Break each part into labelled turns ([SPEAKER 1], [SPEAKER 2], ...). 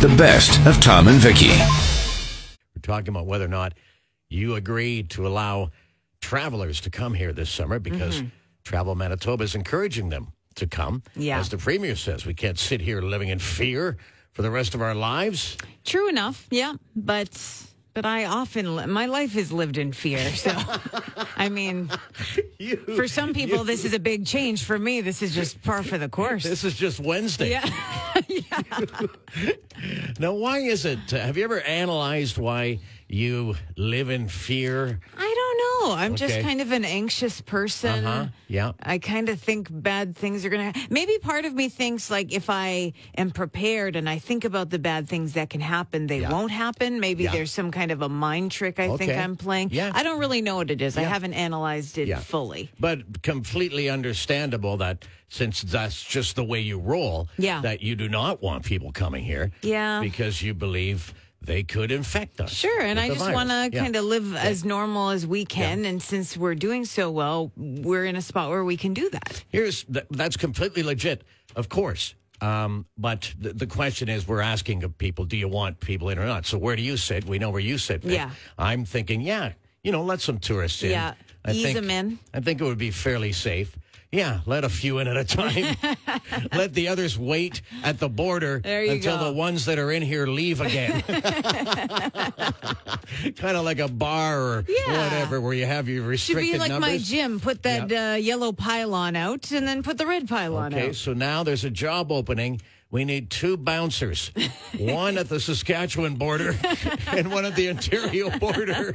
[SPEAKER 1] the best of Tom and Vicky.
[SPEAKER 2] We're talking about whether or not you agree to allow travelers to come here this summer because
[SPEAKER 3] Mm-hmm.
[SPEAKER 2] Travel Manitoba is encouraging them to come.
[SPEAKER 3] Yeah.
[SPEAKER 2] As the Premier says, we can't sit here living in fear for the rest of our lives.
[SPEAKER 3] True enough. Yeah, but but I often li- my life is lived in fear. So I mean, for some people this is a big change. For me, this is just par for the course.
[SPEAKER 2] This is just Wednesday.
[SPEAKER 3] yeah.
[SPEAKER 2] Now, why is it? uh, have you ever analyzed why you live in fear?
[SPEAKER 3] I don't know. I'm
[SPEAKER 2] Okay.
[SPEAKER 3] just kind of an anxious person.
[SPEAKER 2] Uh-huh. Yeah.
[SPEAKER 3] I kind of think bad things are going to Maybe part of me thinks like if I am prepared and I think about the bad things that can happen, they won't happen. Maybe
[SPEAKER 2] Yeah.
[SPEAKER 3] there's some kind of a mind trick I think
[SPEAKER 2] Okay.
[SPEAKER 3] I'm playing.
[SPEAKER 2] Yeah.
[SPEAKER 3] I don't really know what it is. I
[SPEAKER 2] Yeah.
[SPEAKER 3] haven't analyzed it
[SPEAKER 2] Yeah.
[SPEAKER 3] fully.
[SPEAKER 2] But completely understandable that since that's just the way you roll,
[SPEAKER 3] Yeah.
[SPEAKER 2] that you do not want people coming here.
[SPEAKER 3] Yeah.
[SPEAKER 2] Because you believe they could infect us.
[SPEAKER 3] Sure, and
[SPEAKER 2] with
[SPEAKER 3] I
[SPEAKER 2] the
[SPEAKER 3] just
[SPEAKER 2] virus.
[SPEAKER 3] want to
[SPEAKER 2] Yeah.
[SPEAKER 3] kind of live as normal as we can and since we're doing so well, we're in a spot where we can do that.
[SPEAKER 2] Here's th- that's completely legit, of course. Um, but th- the question is, we're asking of people, do you want people in or not? So where do you sit? We know where you sit. Vic.
[SPEAKER 3] Yeah.
[SPEAKER 2] I'm thinking, yeah, you know, let some tourists in.
[SPEAKER 3] Yeah,
[SPEAKER 2] I
[SPEAKER 3] ease
[SPEAKER 2] think,
[SPEAKER 3] 'em in.
[SPEAKER 2] I think it would be fairly safe. Yeah, let a few in at a time. let the others wait at the border
[SPEAKER 3] There you
[SPEAKER 2] until
[SPEAKER 3] go.
[SPEAKER 2] the ones that are in here leave again. kind of like a bar or
[SPEAKER 3] Yeah.
[SPEAKER 2] whatever, where you have your
[SPEAKER 3] Should
[SPEAKER 2] restricted
[SPEAKER 3] be like
[SPEAKER 2] numbers.
[SPEAKER 3] my gym. Put that uh, yellow pylon out, and then put the red pylon
[SPEAKER 2] Okay,
[SPEAKER 3] out.
[SPEAKER 2] so now there's a job opening. We need two bouncers, one at the Saskatchewan border and one at the Ontario border.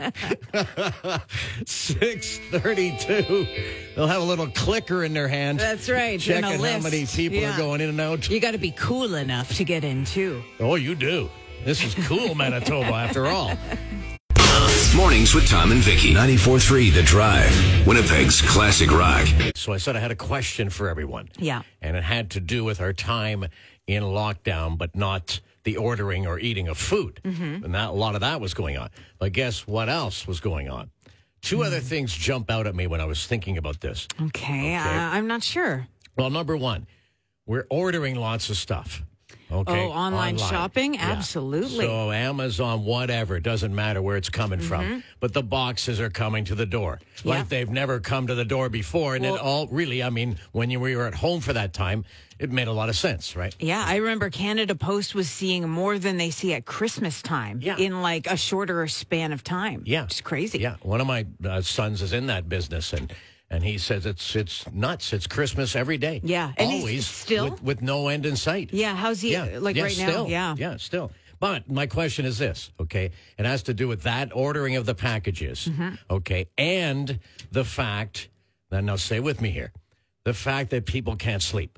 [SPEAKER 2] 632. They'll have a little clicker in their hand.
[SPEAKER 3] That's right, and
[SPEAKER 2] Checking
[SPEAKER 3] a
[SPEAKER 2] how
[SPEAKER 3] list.
[SPEAKER 2] many people are
[SPEAKER 3] Yeah.
[SPEAKER 2] going in and out.
[SPEAKER 3] You got to be cool enough to get in too.
[SPEAKER 2] Oh, you do. This is cool, Manitoba, after all.
[SPEAKER 1] Mornings with Tom and Vicky. 94.3 The Drive. Winnipeg's classic rock.
[SPEAKER 2] So I said I had a question for everyone.
[SPEAKER 3] Yeah.
[SPEAKER 2] And it had to do with our time in lockdown, but not the ordering or eating of food.
[SPEAKER 3] Mm-hmm.
[SPEAKER 2] And that, a lot of that was going on. But guess what else was going on? Two other
[SPEAKER 3] Mm.
[SPEAKER 2] things jump out at me when I was thinking about this.
[SPEAKER 3] Okay, uh, I'm not sure.
[SPEAKER 2] Well, number one, we're ordering lots of stuff. Okay.
[SPEAKER 3] Oh, online shopping? Absolutely.
[SPEAKER 2] So Amazon, whatever, doesn't matter where it's coming from. But the boxes are coming to the door.
[SPEAKER 3] Mm-hmm. Yeah.
[SPEAKER 2] Like they've never come to the door before. And it all really, I mean, when you were at home for that time, it made a lot of sense, right?
[SPEAKER 3] Yeah, I remember Canada Post was seeing more than they see at Christmas time
[SPEAKER 2] Yeah.
[SPEAKER 3] in like a shorter span of time.
[SPEAKER 2] Yeah,
[SPEAKER 3] it's crazy.
[SPEAKER 2] Yeah, one of my uh, sons is in that business, and and he says it's it's nuts. It's Christmas every day.
[SPEAKER 3] Yeah, and he's
[SPEAKER 2] always
[SPEAKER 3] still-
[SPEAKER 2] with, with no end in sight.
[SPEAKER 3] Yeah, how's he, like, right now?
[SPEAKER 2] still.
[SPEAKER 3] Yeah.
[SPEAKER 2] yeah, still. But my question is this, okay? It has to do with that ordering of the packages,
[SPEAKER 3] Mm-hmm.
[SPEAKER 2] okay, and the fact that now stay with me here, the fact that people can't sleep,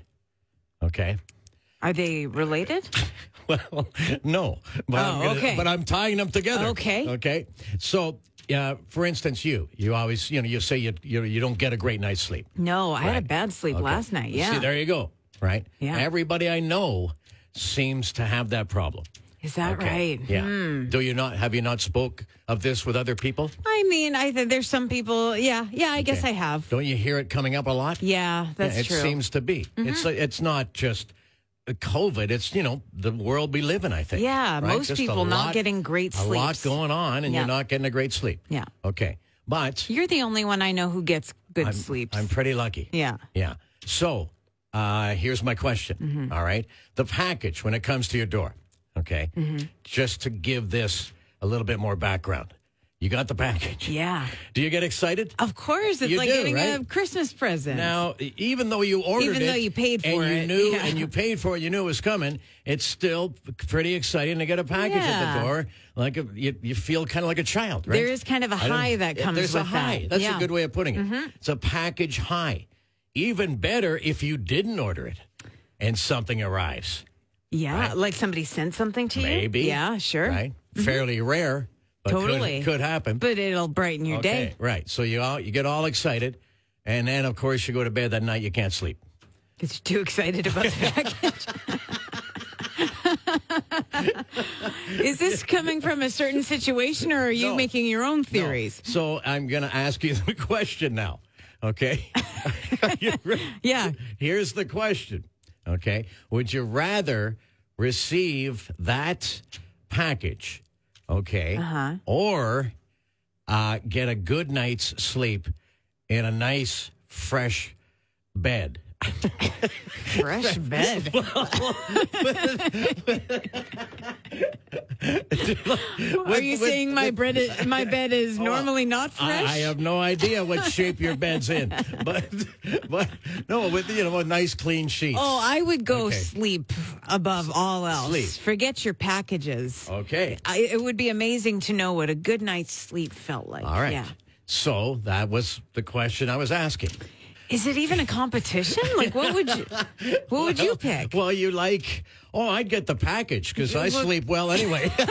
[SPEAKER 2] okay.
[SPEAKER 3] Are they related?
[SPEAKER 2] Well, no, but, I'm
[SPEAKER 3] Oh,
[SPEAKER 2] gonna-
[SPEAKER 3] okay.
[SPEAKER 2] but I'm tying them together.
[SPEAKER 3] Okay.
[SPEAKER 2] Okay. So, uh, for instance, you you always you know you say you you, you don't get a great night's sleep.
[SPEAKER 3] No, I had a bad sleep last night. Yeah,
[SPEAKER 2] See, there you go. Right.
[SPEAKER 3] Yeah.
[SPEAKER 2] Everybody I know seems to have that problem.
[SPEAKER 3] is that
[SPEAKER 2] Okay.
[SPEAKER 3] right? Hmm.
[SPEAKER 2] Yeah. Do you not have you not spoke of this with other people?
[SPEAKER 3] I mean, I think there's some people. Yeah, yeah. I guess I have.
[SPEAKER 2] Don't you hear it coming up a lot?
[SPEAKER 3] Yeah, that's
[SPEAKER 2] it
[SPEAKER 3] true. Mm-hmm.
[SPEAKER 2] seems to be. It's it's not just COVID. It's you know the world we live in. I think.
[SPEAKER 3] Yeah, most
[SPEAKER 2] Just a
[SPEAKER 3] people not getting great
[SPEAKER 2] A lot
[SPEAKER 3] sleeps.
[SPEAKER 2] going on, and
[SPEAKER 3] Yeah.
[SPEAKER 2] you're not getting a great sleep.
[SPEAKER 3] Yeah.
[SPEAKER 2] Okay, but
[SPEAKER 3] You're the only one I know who gets good
[SPEAKER 2] I'm,
[SPEAKER 3] sleeps.
[SPEAKER 2] I'm pretty lucky.
[SPEAKER 3] Yeah.
[SPEAKER 2] Yeah. So uh, here's my question. all right, the package when it comes to your door. Okay. Just to give this a little bit more background, you got the package.
[SPEAKER 3] yeah.
[SPEAKER 2] Do you get excited?
[SPEAKER 3] Of course, it's
[SPEAKER 2] You
[SPEAKER 3] like
[SPEAKER 2] do,
[SPEAKER 3] getting a
[SPEAKER 2] right?
[SPEAKER 3] Christmas present.
[SPEAKER 2] Now, e- even though you ordered
[SPEAKER 3] Even though
[SPEAKER 2] it
[SPEAKER 3] you paid
[SPEAKER 2] and
[SPEAKER 3] for
[SPEAKER 2] you
[SPEAKER 3] it,
[SPEAKER 2] knew
[SPEAKER 3] yeah.
[SPEAKER 2] and you paid for it, you knew it was coming. It's still p- pretty exciting to get a package at
[SPEAKER 3] Yeah.
[SPEAKER 2] the door. Like a, you, you feel kind of like a child, right?
[SPEAKER 3] There is kind of a
[SPEAKER 2] I don't-
[SPEAKER 3] high that
[SPEAKER 2] yeah,
[SPEAKER 3] comes
[SPEAKER 2] There's a
[SPEAKER 3] with that.
[SPEAKER 2] high. That's
[SPEAKER 3] Yeah. Mm-hmm.
[SPEAKER 2] a good way of putting it. It's a package high. Even better if you didn't order it and something arrives.
[SPEAKER 3] yeah, like somebody sent something to you.
[SPEAKER 2] Maybe.
[SPEAKER 3] Yeah, sure. Mm-hmm.
[SPEAKER 2] Right? Fairly rare, but could-
[SPEAKER 3] Totally.
[SPEAKER 2] could, happen.
[SPEAKER 3] But it'll brighten your day.
[SPEAKER 2] Right. So you all you get all excited, and then of course you go to bed that night. You can't sleep.
[SPEAKER 3] Because you're too excited about the package. Is this coming from a certain situation or are you
[SPEAKER 2] No.
[SPEAKER 3] making your own theories?
[SPEAKER 2] Oh, So I'm going to ask you the question now. Okay. Are you ready?
[SPEAKER 3] Yeah.
[SPEAKER 2] Here's the question. Okay. Would you rather receive that package, okay, uh-huh. or uh, get a good night's sleep in a nice, fresh bed.
[SPEAKER 3] Fresh bed. Are you saying my bread is, my bed is normally not
[SPEAKER 2] Oh. I,
[SPEAKER 3] fresh?
[SPEAKER 2] I have no idea what shape your bed's in, but but no, with you know, a nice clean sheets.
[SPEAKER 3] Oh, I would go
[SPEAKER 2] Okay.
[SPEAKER 3] sleep above all else.
[SPEAKER 2] Sleep.
[SPEAKER 3] Forget your packages.
[SPEAKER 2] Okay.
[SPEAKER 3] I, it would be amazing to know what a good night's sleep felt like.
[SPEAKER 2] All right.
[SPEAKER 3] Yeah.
[SPEAKER 2] So that was the question I was asking.
[SPEAKER 3] Is it even a competition? Like, what would you, what would you pick?
[SPEAKER 2] Well, you like, oh, I'd get the package because I
[SPEAKER 3] look-
[SPEAKER 2] sleep well anyway.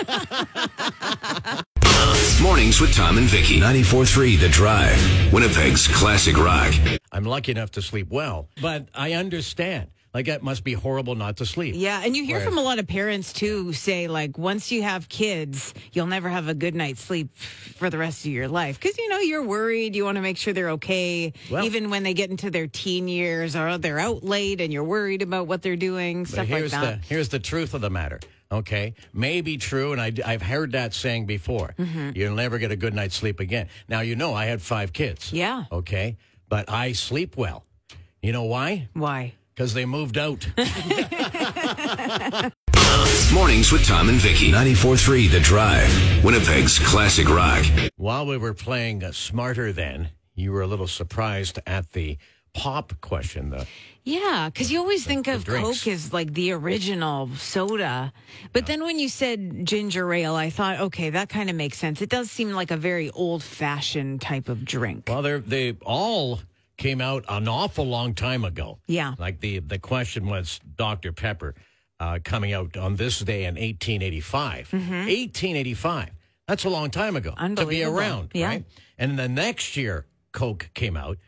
[SPEAKER 1] Mornings with Tom and Vicky. 94.3 The Drive. Winnipeg's classic rock.
[SPEAKER 2] I'm lucky enough to sleep well, but I understand. Like, it must be horrible not to sleep.
[SPEAKER 3] Yeah, and you hear from a lot of parents too say like once you have kids, you'll never have a good night's sleep for the rest of your life because you know you're worried. You want to make sure they're okay,
[SPEAKER 2] Well-
[SPEAKER 3] even when they get into their teen years, or they're out late and you're worried about what they're doing,
[SPEAKER 2] But
[SPEAKER 3] stuff like
[SPEAKER 2] here's
[SPEAKER 3] that.
[SPEAKER 2] the here's the truth of the matter. Okay, may be true, and I, have heard that saying before.
[SPEAKER 3] Mm-hmm.
[SPEAKER 2] You'll never get a good night's sleep again. Now you know I had five kids.
[SPEAKER 3] Yeah.
[SPEAKER 2] Okay, but I sleep well. You know why?
[SPEAKER 3] Why?
[SPEAKER 2] Because they moved out.
[SPEAKER 1] Mornings with Tom and Vicky. 94.3 The Drive. Winnipeg's classic rock.
[SPEAKER 2] While we were playing uh, Smarter Than, you were a little surprised at the pop question, though.
[SPEAKER 3] Yeah, because you always think of
[SPEAKER 2] drinks.
[SPEAKER 3] Coke as like the original soda. But then when you said ginger ale, I thought, okay, that kind of makes sense. It does seem like a very old fashioned type of drink.
[SPEAKER 2] Well, they they all came out an awful long time ago.
[SPEAKER 3] Yeah.
[SPEAKER 2] Like the the question was Dr Pepper uh, coming out on this day in 1885. 1885. That's a long time ago to be
[SPEAKER 3] Mm-hmm. Unbelievable.
[SPEAKER 2] around,
[SPEAKER 3] Yeah.
[SPEAKER 2] right? And the next year Coke came out,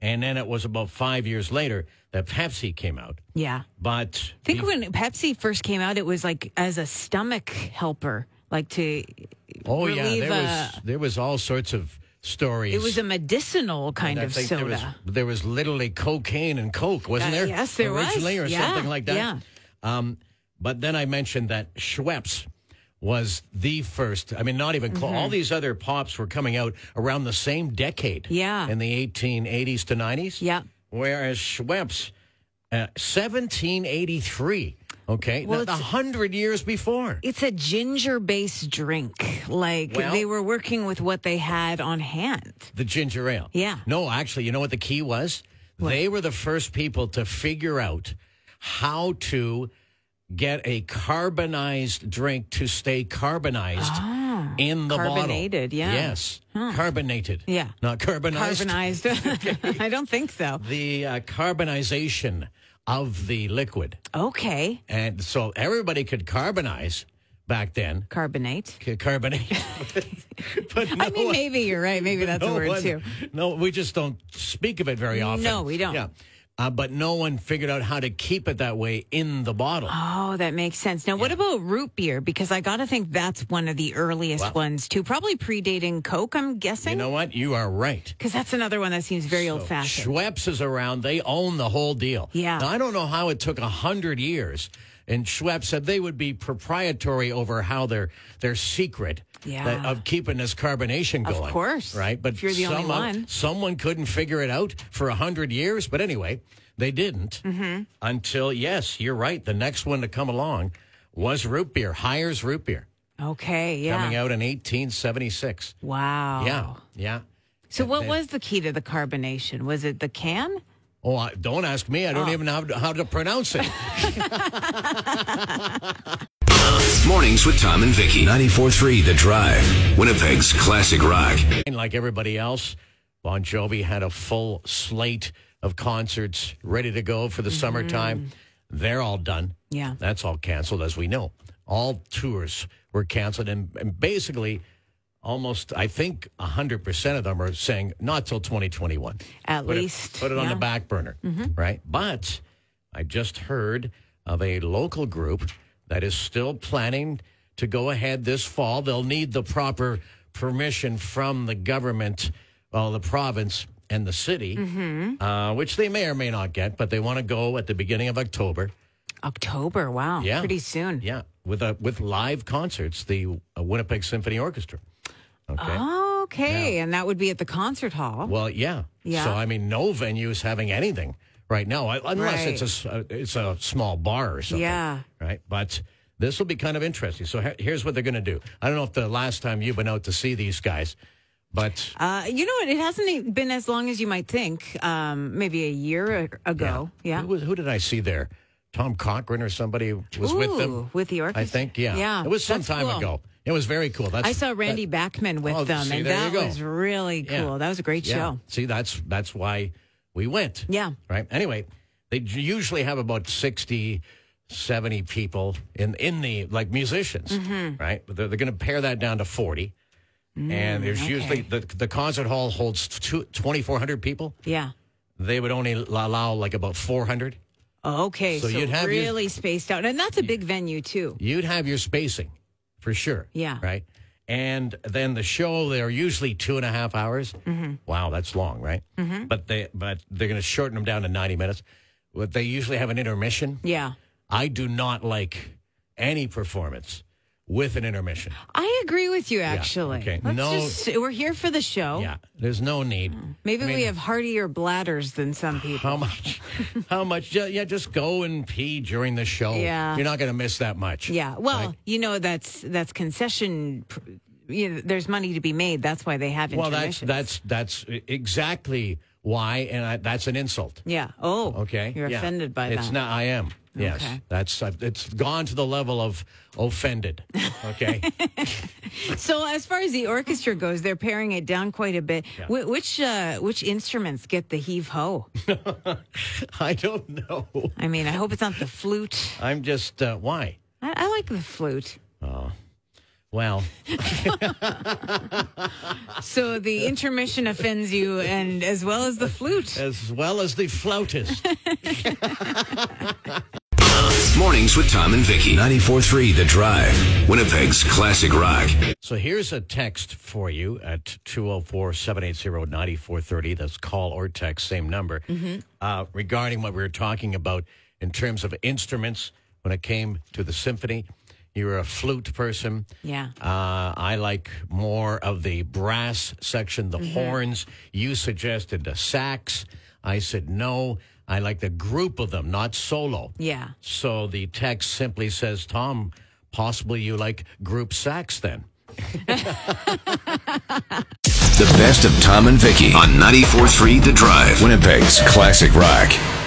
[SPEAKER 2] and then it was about 5 years later that Pepsi came out.
[SPEAKER 3] Yeah.
[SPEAKER 2] But
[SPEAKER 3] I think when Pepsi first came out, it was like as a stomach helper, like to
[SPEAKER 2] oh yeah,
[SPEAKER 3] relieve
[SPEAKER 2] there
[SPEAKER 3] a-
[SPEAKER 2] was there was all sorts of stories.
[SPEAKER 3] it was a medicinal kind
[SPEAKER 2] I
[SPEAKER 3] of
[SPEAKER 2] think
[SPEAKER 3] soda.
[SPEAKER 2] There was, there was literally cocaine and coke, wasn't
[SPEAKER 3] Uh,
[SPEAKER 2] there?
[SPEAKER 3] yes, there was.
[SPEAKER 2] originally or
[SPEAKER 3] Yeah,
[SPEAKER 2] something like that.
[SPEAKER 3] yeah.
[SPEAKER 2] Um, but then I mentioned that Schweppes was the first. I mean, not even close.
[SPEAKER 3] Mm-hmm.
[SPEAKER 2] All these other pops were coming out around the same decade.
[SPEAKER 3] Yeah.
[SPEAKER 2] in the 1880s to 90s.
[SPEAKER 3] Yeah.
[SPEAKER 2] Whereas Schweppes, uh, 1783. Okay,
[SPEAKER 3] Well,
[SPEAKER 2] well, a
[SPEAKER 3] it's-
[SPEAKER 2] hundred years before.
[SPEAKER 3] it's a ginger based drink. Like
[SPEAKER 2] Well-
[SPEAKER 3] they were working with what they had on hand.
[SPEAKER 2] The ginger ale.
[SPEAKER 3] Yeah.
[SPEAKER 2] No, actually, you know what the key was? They were the first people to figure out how to get a carbonized drink to stay carbonized in the bottle.
[SPEAKER 3] Ah, Carbonated, yeah.
[SPEAKER 2] Yes. Carbonated.
[SPEAKER 3] Yeah.
[SPEAKER 2] Not carbonized.
[SPEAKER 3] Carbonized. I don't think so.
[SPEAKER 2] the uh, carbonization of the liquid.
[SPEAKER 3] Okay.
[SPEAKER 2] And so everybody could carbonize back then.
[SPEAKER 3] Carbonate.
[SPEAKER 2] C- Carbonate. but no
[SPEAKER 3] I mean,
[SPEAKER 2] one-
[SPEAKER 3] maybe you're right. Maybe that's a word
[SPEAKER 2] one-
[SPEAKER 3] too.
[SPEAKER 2] No, we just don't speak of it very often.
[SPEAKER 3] No, we don't.
[SPEAKER 2] Yeah. Uh, but no one figured out how to keep it that way in the bottle.
[SPEAKER 3] Oh, that makes sense. Now, what about root beer? Because I got to think that's one of the earliest ones too. Probably predating Coke, I'm
[SPEAKER 2] you
[SPEAKER 3] guessing.
[SPEAKER 2] know what? You are right.
[SPEAKER 3] Because that's another one that seems very old fashioned.
[SPEAKER 2] Schweppes is around. They own the whole deal.
[SPEAKER 3] Yeah.
[SPEAKER 2] Now, I don't know how it took a hundred years. And Schweppes said they would be proprietary over how their their secret
[SPEAKER 3] Yeah.
[SPEAKER 2] that- of keeping this carbonation going.
[SPEAKER 3] course.
[SPEAKER 2] right? But
[SPEAKER 3] If you're the only
[SPEAKER 2] somehow-
[SPEAKER 3] one.
[SPEAKER 2] someone couldn't figure it out for a hundred years. But anyway, they didn't
[SPEAKER 3] Mm-hmm.
[SPEAKER 2] until yes, you're right. The next one to come along was root beer. Hires root beer
[SPEAKER 3] Okay, yeah.
[SPEAKER 2] coming out in 1876.
[SPEAKER 3] Wow.
[SPEAKER 2] Yeah, yeah.
[SPEAKER 3] So, what was the key to the carbonation? Was it the can?
[SPEAKER 2] Oh, I, don't ask me. I
[SPEAKER 3] Oh.
[SPEAKER 2] don't even know how to, how to pronounce it.
[SPEAKER 1] Mornings with Tom and Vicky. 94.3 The Drive. Winnipeg's classic rock.
[SPEAKER 2] And like everybody else, Bon Jovi had a full slate of concerts ready to go for the summertime. They're all done.
[SPEAKER 3] Yeah.
[SPEAKER 2] That's all canceled, as we know. All tours were canceled. And, and basically, almost, I think 100% of them are saying not till 2021.
[SPEAKER 3] At
[SPEAKER 2] Put it-
[SPEAKER 3] least.
[SPEAKER 2] put it on the
[SPEAKER 3] yeah. Mm-hmm.
[SPEAKER 2] back burner, right? But I just heard of a local group that is still planning to go ahead this fall. They'll need the proper permission from the government, well, the province and the
[SPEAKER 3] Mm-hmm.
[SPEAKER 2] city, uh, which they may or may not get, but they want to go at the beginning of October
[SPEAKER 3] October. Wow.
[SPEAKER 2] Yeah.
[SPEAKER 3] Pretty soon.
[SPEAKER 2] Yeah, with a with live concerts, the uh, Winnipeg Symphony Orchestra. Okay.
[SPEAKER 3] Okay. And that would be at the concert hall.
[SPEAKER 2] Well, yeah.
[SPEAKER 3] Yeah.
[SPEAKER 2] So I mean, no venue is having anything right now, un- unless
[SPEAKER 3] Right.
[SPEAKER 2] it's a s- uh, it's a small bar or something.
[SPEAKER 3] Yeah.
[SPEAKER 2] Right. But this will be kind of interesting. So he- here's what they're going to do. I don't know if the last time you've been out to see these guys, but
[SPEAKER 3] Uh, you know what? It hasn't e- been as long as you might think. Um, maybe a year a- ago. Yeah.
[SPEAKER 2] who, was- who did I see there? Tom Cochran or somebody was with
[SPEAKER 3] Ooh,
[SPEAKER 2] them.
[SPEAKER 3] with the orchestra.
[SPEAKER 2] I think. Yeah.
[SPEAKER 3] Yeah.
[SPEAKER 2] It was some
[SPEAKER 3] That's
[SPEAKER 2] time
[SPEAKER 3] cool.
[SPEAKER 2] ago. It was very cool. That's
[SPEAKER 3] I saw Randy Bachman with
[SPEAKER 2] Oh,
[SPEAKER 3] them,
[SPEAKER 2] see,
[SPEAKER 3] and
[SPEAKER 2] there you
[SPEAKER 3] that
[SPEAKER 2] go.
[SPEAKER 3] was really cool.
[SPEAKER 2] Yeah.
[SPEAKER 3] That was a great
[SPEAKER 2] Yeah.
[SPEAKER 3] show.
[SPEAKER 2] See, that's that's why we went.
[SPEAKER 3] Yeah.
[SPEAKER 2] Right. Anyway, they j- usually have about 60, 70 people in in the like musicians,
[SPEAKER 3] Mm-hmm.
[SPEAKER 2] right? But they're, they're going to pare that down to 40. and there's
[SPEAKER 3] Mm,
[SPEAKER 2] usually the the concert hall holds two- 2400 people.
[SPEAKER 3] Yeah.
[SPEAKER 2] They would only l- allow like about 400.
[SPEAKER 3] Okay.
[SPEAKER 2] So
[SPEAKER 3] So,
[SPEAKER 2] you'd have your-
[SPEAKER 3] really spaced out, and that's a big venue too.
[SPEAKER 2] You'd have your spacing for sure.
[SPEAKER 3] Yeah.
[SPEAKER 2] Right. And then the show, they're usually two and a half hours.
[SPEAKER 3] Mm-hmm.
[SPEAKER 2] Wow, that's long, right? But they but they're going to shorten them down to ninety minutes. But they usually have an intermission.
[SPEAKER 3] Yeah.
[SPEAKER 2] I do not like any performance with an intermission.
[SPEAKER 3] I agree with you. Actually,
[SPEAKER 2] okay.
[SPEAKER 3] Let's
[SPEAKER 2] No-
[SPEAKER 3] just- we're here for the show.
[SPEAKER 2] Yeah, there's no need.
[SPEAKER 3] Maybe we have heartier bladders than some people.
[SPEAKER 2] How much? How much? ju- Yeah, just go and pee during the show.
[SPEAKER 3] Yeah.
[SPEAKER 2] you're not going to miss that much.
[SPEAKER 3] Yeah. Well, you know that's that's concession. pr- You know, there's money to be made. That's why they have
[SPEAKER 2] Well, that's
[SPEAKER 3] intermissions.
[SPEAKER 2] that's that's e-, exactly why, and I, that's an insult.
[SPEAKER 3] yeah. Oh.
[SPEAKER 2] Okay.
[SPEAKER 3] You're
[SPEAKER 2] Yeah.
[SPEAKER 3] offended by
[SPEAKER 2] it's
[SPEAKER 3] that.
[SPEAKER 2] not. I am. Yes.
[SPEAKER 3] Okay.
[SPEAKER 2] That's. I've, it's gone to the level of offended. Okay.
[SPEAKER 3] So as far as the orchestra goes, they're paring it down quite a bit. Wh- which uh, which instruments get the heave ho?
[SPEAKER 2] I don't know.
[SPEAKER 3] I mean, I hope it's not the flute.
[SPEAKER 2] I'm just. Uh, why?
[SPEAKER 3] I, I like the flute.
[SPEAKER 2] Well,
[SPEAKER 3] So the intermission offends you, and as well as the flute.
[SPEAKER 2] as well as the flautist.
[SPEAKER 1] Mornings with Tom and Vicky. 94.3 The Drive. Winnipeg's classic rock.
[SPEAKER 2] so here's a text for you at 204-780-9430. That's call or text, same number.
[SPEAKER 3] Mm-hmm.
[SPEAKER 2] Uh, regarding what we were talking about in terms of instruments when it came to the symphony. You were a flute person.
[SPEAKER 3] Yeah.
[SPEAKER 2] Uh, I like more of the brass section, the horns. You suggested the sax. I said no. I like the group of them, not solo.
[SPEAKER 3] Yeah.
[SPEAKER 2] So the text simply says, Tom, possibly you like group sax then.
[SPEAKER 1] The best of Tom and Vicky on 94.3 The Drive. Winnipeg's classic rock.